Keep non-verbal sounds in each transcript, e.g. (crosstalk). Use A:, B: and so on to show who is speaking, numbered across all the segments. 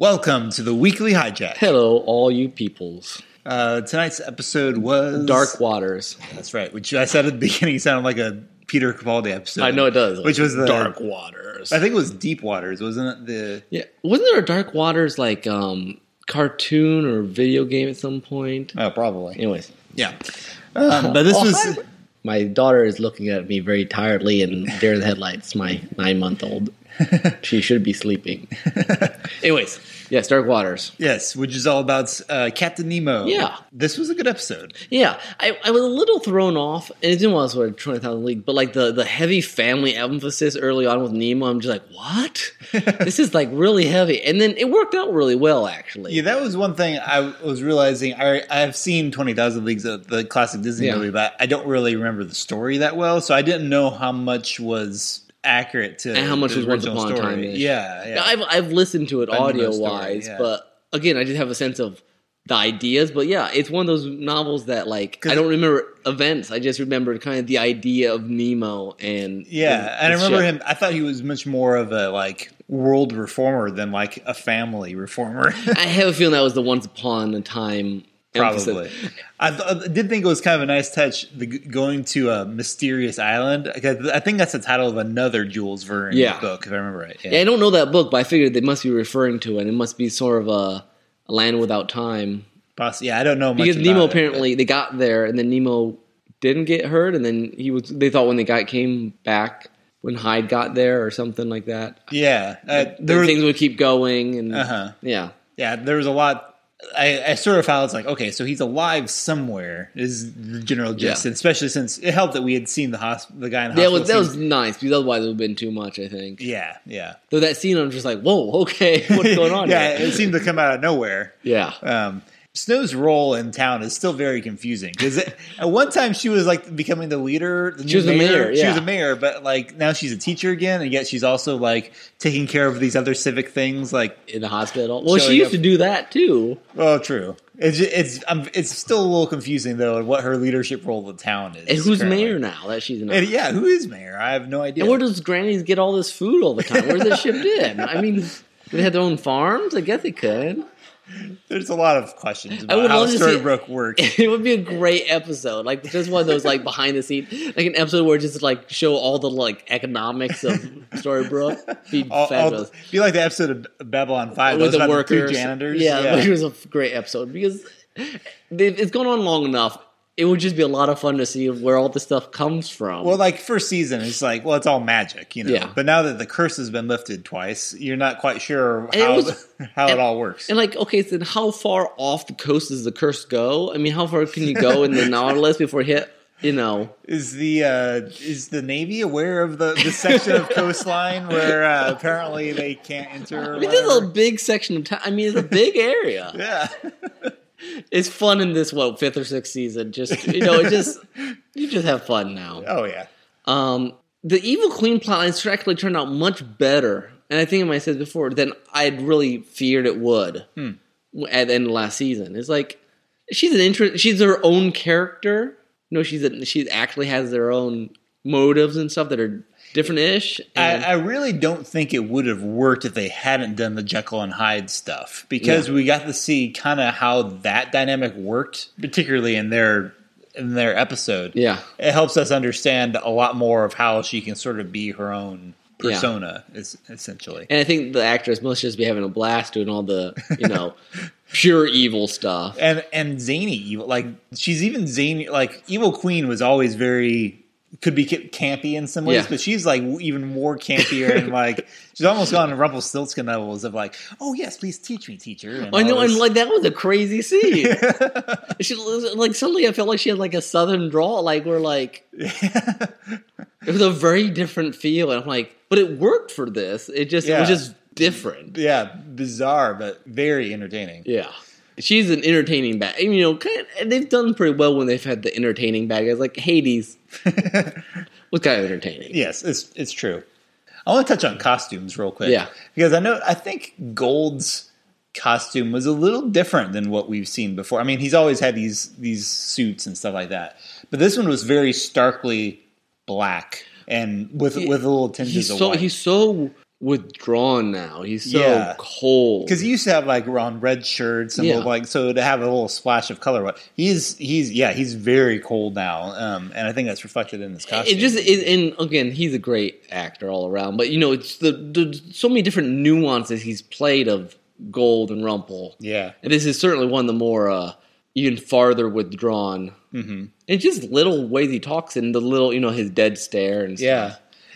A: Welcome to the weekly hijack.
B: Hello, all you peoples.
A: Uh, tonight's episode was
B: Dark waters.
A: That's right, which I said at the (laughs) beginning sounded like a Peter Capaldi episode.
B: I know it does.
A: Which was the
B: dark waters.
A: I think it was Deep Waters, wasn't it? The
B: yeah, wasn't there a dark waters like um cartoon or video game at some point?
A: oh, probably.
B: Anyways,
A: Yeah, um, but this
B: (laughs) Oh,
A: was
B: hi. my daughter is looking at me very tiredly and there in the headlights. My
A: (laughs)
B: nine-month-old. she should be sleeping. Anyways, yes, dark waters.
A: yes, which is all about uh, Captain Nemo.
B: Yeah.
A: this was a good episode.
B: Yeah, I, I was a little thrown off, and it didn't want to sort of twenty thousand league, but like the the heavy family emphasis early on with Nemo, I'm just like,
A: (laughs)
B: what? this is like really heavy, and then it worked out really well actually.
A: Yeah, that was one thing I was realizing. I I've seen Twenty Thousand Leagues, uh, the classic Disney
B: Yeah.
A: movie, but I don't really remember the story that well, so I didn't know how much was accurate to
B: And how much
A: the
B: was Once
A: original
B: Upon a
A: story.
B: Time-ish.
A: Yeah, yeah.
B: Now, I've I've listened to it
A: I know that story,
B: audio wise,
A: yeah.
B: but again, I just have a sense of the ideas. But yeah, it's one of those novels that like
A: 'Cause-
B: I don't remember events. I just remember kind of the idea of Nemo and
A: Yeah, and I
B: his
A: remember
B: ship.
A: him. I thought he was much more of a like world reformer than like a family reformer. (laughs)
B: I have a feeling that was the Once Upon a Time. emphasis.
A: Probably, I, th- I did think it was kind of a nice touch the, g- going to a mysterious island. I th- I think that's the title of another Jules Verne
B: Yeah.
A: book, if I remember right.
B: Yeah, I don't know that book, but I figured they must be referring to it. It must be sort of a, a land without time
A: Poss- yeah, I don't know much
B: because
A: about
B: Nemo
A: it, but-
B: apparently they got there and then Nemo didn't get hurt, and then he was. They thought when they got came back when Hyde got there or something like that,
A: yeah, uh, there
B: then
A: was,
B: things would keep going and
A: Uh-huh.
B: yeah.
A: yeah, there was a lot. I, I sort of felt it's like okay, so he's alive somewhere is the general gist,
B: Yeah.
A: and especially since it helped that we had seen the hosp- the guy in the
B: That
A: hospital.
B: was that
A: scene.
B: was nice because otherwise it would have been too much. I think.
A: yeah, yeah.
B: Though that scene, I'm just like, whoa, (laughs)
A: (laughs)
B: okay, what's going on?
A: yeah,
B: here?
A: it seemed to come out of nowhere.
B: yeah.
A: Um, Snow's role in town is still very confusing because at one time she was like becoming the leader. The
B: She was the mayor,
A: She was
B: yeah.
A: a mayor, but like now she's a teacher again, and yet she's also like taking care of these other civic things. Like,
B: In the hospital. Well,
A: Showing
B: she used
A: up-
B: to do that too.
A: well, true. It's ju- it's um, it's still a little confusing though what her leadership role in the town is.
B: And who's
A: currently.
B: mayor now that she's not?
A: And yeah, who is mayor? I have no idea.
B: And where does grannies get all this food all the time? Where's it (laughs) shipped in? I mean, they had their own farms. I guess they could.
A: There's a lot of questions about
B: would
A: how
B: love to see-
A: Storybrooke works.
B: It would be a great episode, like just one of those like behind the scenes, like an episode where just like show all the like economics of Storybrooke. Be
A: (laughs) All, all,
B: fabulous.
A: be like the episode of Babylon Five that was
B: with the
A: about the
B: workers,
A: three janitors.
B: Yeah, which was a f- great episode because they- it's gone on long enough. It would just be a lot of fun to see where all this stuff comes from.
A: Well, like first season, it's like, well, it's all magic, you know.
B: Yeah.
A: But now that the curse has been lifted twice, you're not quite sure
B: it
A: how
B: was-
A: how it
B: and-
A: all works.
B: And like, okay, so then how far off the coast does the curse go? I mean, how far can you
A: (laughs)
B: go in the Nautilus before it hit? You know,
A: Is the uh, is the Navy aware of the, the section
B: (laughs)
A: of coastline where uh, apparently they can't enter? Or
B: I mean, this is a
A: whatever?
B: big section of time. I mean, it's a
A: (laughs)
B: big area.
A: yeah,
B: It's fun in this what fifth or sixth season. Just you know, it just you just have fun now.
A: oh yeah,
B: Um, the evil queen plotline actually turned out much better, and I think I might have said before than I'd really feared it would
A: Hmm.
B: at the end of last season. It's like she's an interest. She's her own character. You know, she's a, she actually has their own motives and stuff that are different ish.
A: I, I really don't think it would have worked if they hadn't done the Jekyll and Hyde stuff because we got to see kind of how that dynamic worked, particularly in their in their episode.
B: yeah,
A: it helps us understand a lot more of how she can sort of be her own persona es- essentially
B: and I think the actress must just be having a blast doing all the you
A: (laughs)
B: know pure evil stuff.
A: and and zany evil like she's even zany like evil queen was always very could be ca- campy in some ways
B: Yeah.
A: but she's like w- even more campier
B: (laughs)
A: and like she's almost gone to rumpelstiltskin levels of like oh yes please teach me teacher and
B: I
A: all
B: know, and
A: this.
B: like that was a
A: (laughs)
B: crazy scene. she like suddenly I felt like she had like a southern draw, like we're like
A: (laughs)
B: it was a very different feel, and I'm like, but it worked for this. It just it was
A: Yeah.
B: just different.
A: yeah bizarre but very entertaining
B: Yeah. She's an entertaining bag. And, You know, kind of, and they've done pretty well when they've had the entertaining bag. It's
A: (laughs)
B: like Hades was kind of entertaining.
A: Yes, it's it's true. I want to touch on costumes real quick.
B: Yeah.
A: Because I know I think Gold's costume was a little different than what we've seen before. I mean, he's always had these these suits and stuff like that. But this one was very starkly black and with with a little tinges
B: He's
A: of
B: so
A: white.
B: he's so withdrawn now. He's so
A: Yeah.
B: cold.
A: Because he used to have like on red shirts and
B: Yeah.
A: look like so to have a little splash of color. He's he's yeah he's very cold now, um, and I think that's reflected in his costume.
B: it just it, and again he's a great actor all around but you know it's the, the so many different nuances he's played of gold and rumple
A: yeah
B: and this is certainly one of the more uh even farther withdrawn
A: hmm
B: and just little ways he talks and the little you know his dead stare and stuff.
A: yeah.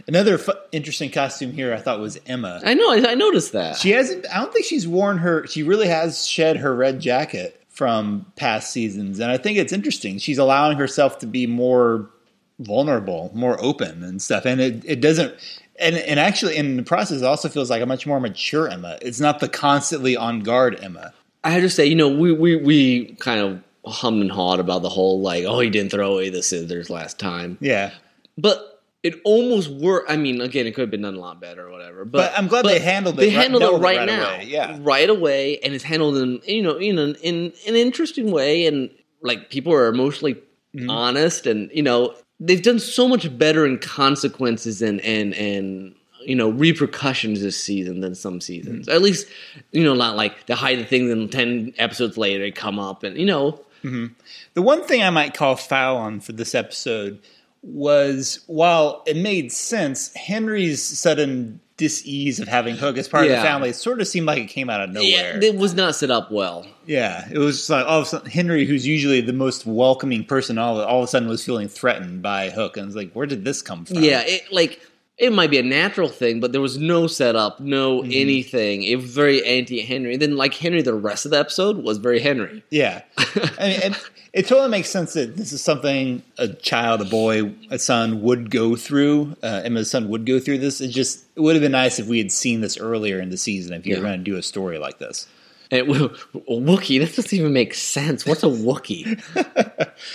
A: Another fu- interesting costume here I thought was Emma.
B: i know i, I noticed that
A: She hasn't. I don't think she's worn her. She really has shed her red jacket from past seasons, and I think it's interesting. She's allowing herself to be more vulnerable, more open, and stuff. And it, it doesn't. And and actually, in the process, it also feels like a much more mature Emma. It's not the constantly on guard Emma.
B: i had to say you know we we we kind of hummed and hawed about the whole like oh he didn't throw away the scissors last time
A: Yeah,
B: but it almost worked. I mean, again, it could have been done a lot better or whatever. But,
A: But I'm glad they handled it
B: They
A: right-
B: handled
A: dealt
B: it
A: with it
B: right,
A: right
B: now,
A: away, yeah.
B: right away, and it's handled in you know in an, in an interesting way, and like people are emotionally
A: Mm-hmm.
B: honest, and you know they've done so much better in consequences and and and you know repercussions this season than some seasons.
A: Mm-hmm.
B: At least you know not like they hide the things and ten episodes later they come up, and you know
A: The one thing I might call foul on for this episode was while it made sense, Henry's sudden dis-ease of having Hook as part of
B: Yeah.
A: the family sort of seemed like it came out of nowhere.
B: yeah,
A: Yeah,
B: it was not set up well.
A: it was just like all of a sudden Henry, who's usually the most welcoming person, all all of a sudden was feeling threatened by Hook, and was like, "Where did this come from?"
B: Yeah, it, like it might be a natural thing, but there was no setup, no
A: Mm-hmm.
B: anything. It was very anti Henry. Then, like Henry, the rest of the episode was very Henry.
A: Yeah. I mean, it, it totally makes sense that this is something a child, a boy, a son would go through. Uh, Emma's son would go through this. It just it would have been nice if we had seen this earlier in the season if you were
B: Yeah.
A: going to do a story like this.
B: And (laughs) w- Wookie, that doesn't even make sense. What's a Wookie?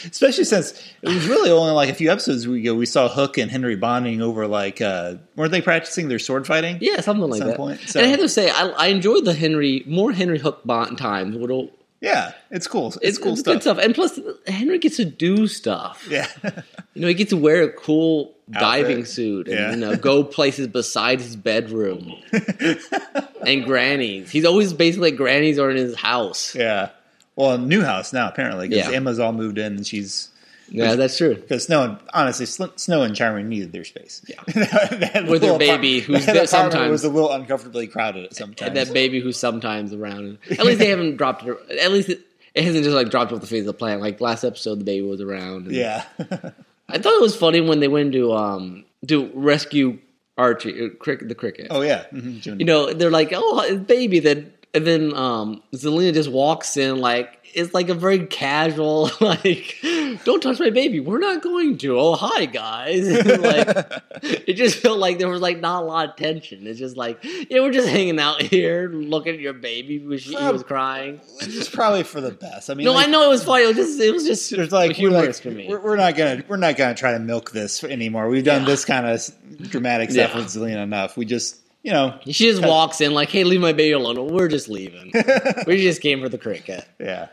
A: (laughs) Especially since it was really only like a few episodes ago we saw Hook and Henry bonding over like uh, weren't they practicing their sword fighting?
B: Yeah, something like
A: some
B: that.
A: point,
B: And I
A: so-
B: have to say, I, I enjoyed the Henry more Henry Hook bond times. What a-
A: Yeah, it's cool. It's,
B: It's,
A: cool
B: it's
A: stuff.
B: good stuff, and plus Henry gets to do stuff.
A: Yeah.
B: You know, he gets to wear a cool diving suit and
A: Yeah.
B: you know (laughs) go places besides his (laughs) bedroom and Granny's. He's always basically at Granny's or in his house.
A: yeah. Well, new house now apparently because
B: Yeah.
A: Emma's all moved in and she's
B: Yeah, that's true.
A: Because Snow and honestly, Sl- Snow and Charming needed their space. (laughs) Yeah,
B: With their
A: (laughs)
B: baby, who's there sometimes.
A: was a little uncomfortably crowded at sometimes.
B: And that baby who's sometimes around. At least they (laughs) haven't dropped it. At least it, it hasn't just like dropped off the face of the planet. Like last episode, the baby was around. And
A: yeah, (laughs)
B: I thought it was funny when they went to um to rescue Archie, uh, crick, the cricket.
A: oh yeah, Mhm, Jiminy.
B: You know, they're like, oh, it's baby. Then and then um Zelina just walks in like. It's like a very casual, (laughs) like, don't touch my baby. We're not going to. Oh, hi guys. (laughs) like, it just felt like there was like not a lot of tension. It's just like yeah, we're just hanging out (laughs) here, looking at your baby because she he was crying.
A: which is probably for the best. I mean,
B: No,
A: Um, like,
B: I know it was funny. It was just it was just
A: There's like we're
B: humorous
A: like,
B: for me.
A: We're, we're not gonna we're not gonna try to milk this anymore. We've done
B: Yeah.
A: this kind of dramatic stuff
B: Yeah.
A: with Zelina enough. We just you know (laughs)
B: She just walks in like, hey, leave my baby alone. We're just leaving. we just came for the cricket.
A: yeah.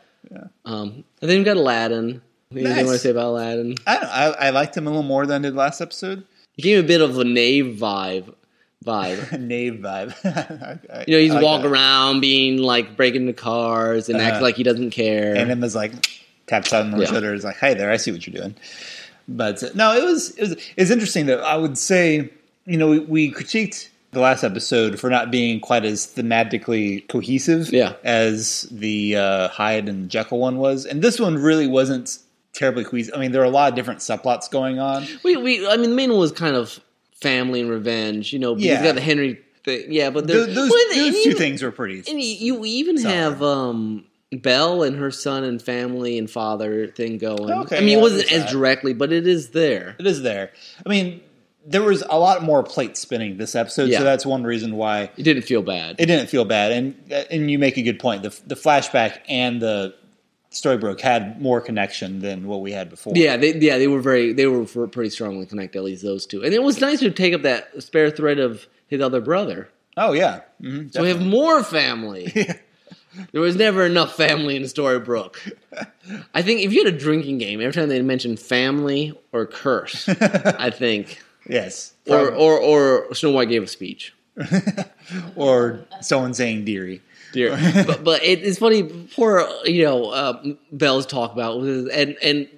B: Um, and then we've got Aladdin. Anything
A: Nice.
B: you want to say about Aladdin?
A: I, don't, I I liked him a little more than I did last episode. (laughs)
B: He gave a bit of a knave vibe. Vibe.
A: Knave vibe. (laughs) I- I-
B: You know, he's
A: I like
B: walking
A: that.
B: around, being like breaking into cars and acts
A: Uh-huh.
B: like he doesn't care.
A: and Emma's like taps out on the
B: Yeah.
A: shoulder is like hey there i see what you're doing but uh, no it was it was it's interesting though i would say you know we, we critiqued the last episode for not being quite as thematically cohesive
B: Yeah.
A: as the uh, hyde and jekyll one was and this one really wasn't terribly cohesive i mean there are a lot of different subplots going on
B: we, we, I mean, the main one was kind of family and revenge. You know, because
A: Yeah.
B: you got the Henry thing. Yeah, but there,
A: Th- those,
B: well, and-
A: those
B: and
A: two
B: even-
A: things were pretty
B: And you, you even
A: Sorry.
B: have um, Belle and her son and family and father thing going.
A: Okay,
B: I mean,
A: yeah,
B: it wasn't
A: there's
B: as
A: that.
B: directly, but it is there.
A: it is there i mean there was a lot more plate spinning this episode
B: Yeah.
A: so that's one reason why
B: It didn't feel bad.
A: it didn't feel bad and and you make a good point the the flashback and the storybrooke had more connection than what we had before
B: yeah, they, yeah, they were very, they were f- pretty strongly connected. At least those two, and it was nice to take up that spare thread of his other brother.
A: oh yeah hmm
B: So we have more family. There was never enough family in Storybrooke. I think if you had a drinking game, every time they mentioned family or curse, I think,
A: yes
B: or, or or Snow White gave a speech.
A: or someone saying "dearie."
B: Dear. but but it, it's funny. Poor you know uh, Bell's talk about was- and and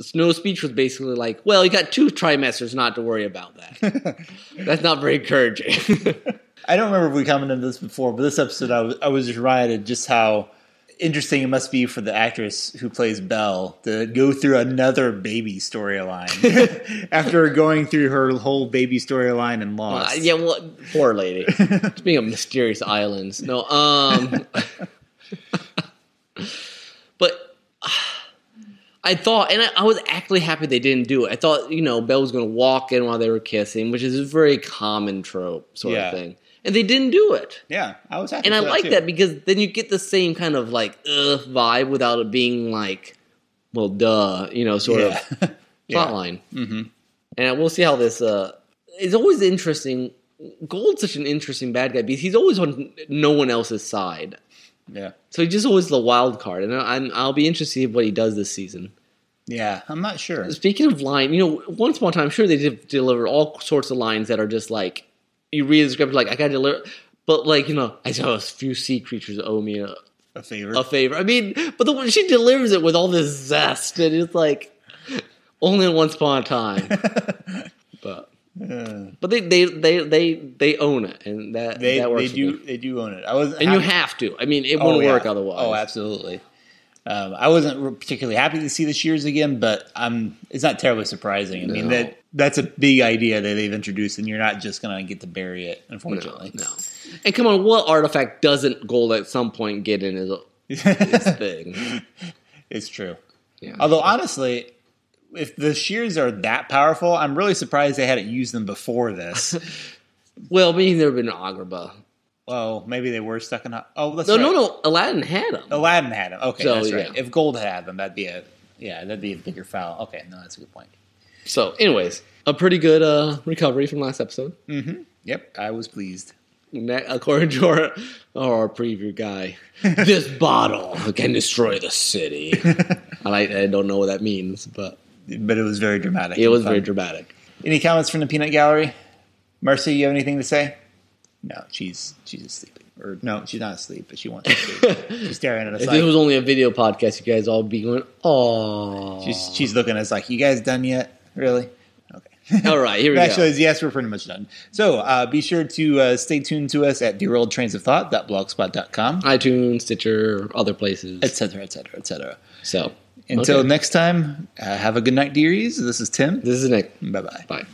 B: Snow's speech was basically like, well, you got two trimesters not to worry about that. That's not very encouraging.
A: I don't remember if we commented on this before, but this episode I was, I was just reminded just how interesting it must be for the actress who plays Belle to go through another baby
B: (laughs)
A: storyline after going through her whole baby storyline and
B: Uh,
A: lost.
B: yeah, well, poor lady. Speaking of mysterious islands, no, um, (laughs) but ah, I thought, and I, I was actually happy they didn't do it. I thought, you know, Belle was going to walk in while they were kissing, which is a very common trope sort
A: Yeah.
B: of thing, and they didn't do it.
A: Yeah, I was happy.
B: And I
A: for that
B: like
A: too.
B: that because then you get the same kind of like ugh vibe without it being like, well, duh, you know, sort of
A: yeah.
B: plot
A: Yeah.
B: line. Mm-hmm. And we'll see how this. Uh, it's always interesting. Gold's such an interesting bad guy because he's always on no one else's side,
A: (laughs) yeah.
B: so he's just always the wild card. And I- I'm, I'll be interested to see what he does this season.
A: Yeah, I'm not sure.
B: Speaking of line, you know, once upon a time, sure they did deliver all sorts of lines that are just like you read the script, like I got to deliver, but like you know, I saw a few sea creatures owe me a,
A: A favorite.
B: a favor. I mean, but the way she delivers it with all this zest, and it's like only in once upon
A: (laughs)
B: a time. but
A: Uh,
B: but they they they they they own it, and that
A: they
B: that works.
A: they
B: for
A: do
B: me.
A: they do own it. I was
B: and you have to. I mean, it won't
A: yeah.
B: work otherwise.
A: Oh, absolutely. Um, I wasn't re- particularly happy to see the shears again, but um, it's not terribly surprising. I mean
B: No.
A: that that's a big idea that they've introduced, and you're not just going to get to bury it, unfortunately.
B: No, no. And come on, what artifact doesn't Gold at some point get
A: (laughs)
B: in his, his thing?
A: it's true.
B: Yeah.
A: Although honestly, if the shears are that powerful, I'm really surprised they hadn't used them before
B: (laughs)
A: this.
B: well, maybe there have been Agrabah.
A: well, maybe they were stuck in. a- Oh, that's
B: No,
A: right.
B: no, no. Aladdin had him.
A: Oh, Aladdin had him. Okay,
B: So,
A: that's right.
B: yeah.
A: If Gold had him, that'd be a yeah, that'd be a bigger foul. Okay, no, that's a good point.
B: So, anyways, a pretty good uh, recovery from last episode.
A: Yep, I was pleased.
B: Ne- according to our, our preview
A: (laughs)
B: guy, this bottle can destroy the city. I, like, I don't know what that means, but
A: but it was very dramatic.
B: it was
A: Fun.
B: very dramatic.
A: Any comments from the peanut gallery? Mercy, you have anything to say? No, she's she's asleep. Or no, she's not asleep, but she wants
B: (laughs)
A: to sleep. she's staring at us
B: If this
A: like
B: was only a video podcast, you guys all be going, "Oh,
A: she's she's looking at us like, You guys done yet? Really? Okay.
B: (laughs) all
A: (laughs)
B: right, (laughs) here we
A: Actually,
B: go."
A: yes, we're pretty much done. So uh, be sure to uh, stay tuned to us at dearoldtrainsofthought.blogspot.com,
B: iTunes, Stitcher, other places.
A: et cetera, et cetera, et cetera.
B: So
A: Until
B: Okay.
A: next time, uh, have a good night, dearies. This is Tim.
B: this is Nick.
A: Bye bye.
B: Bye.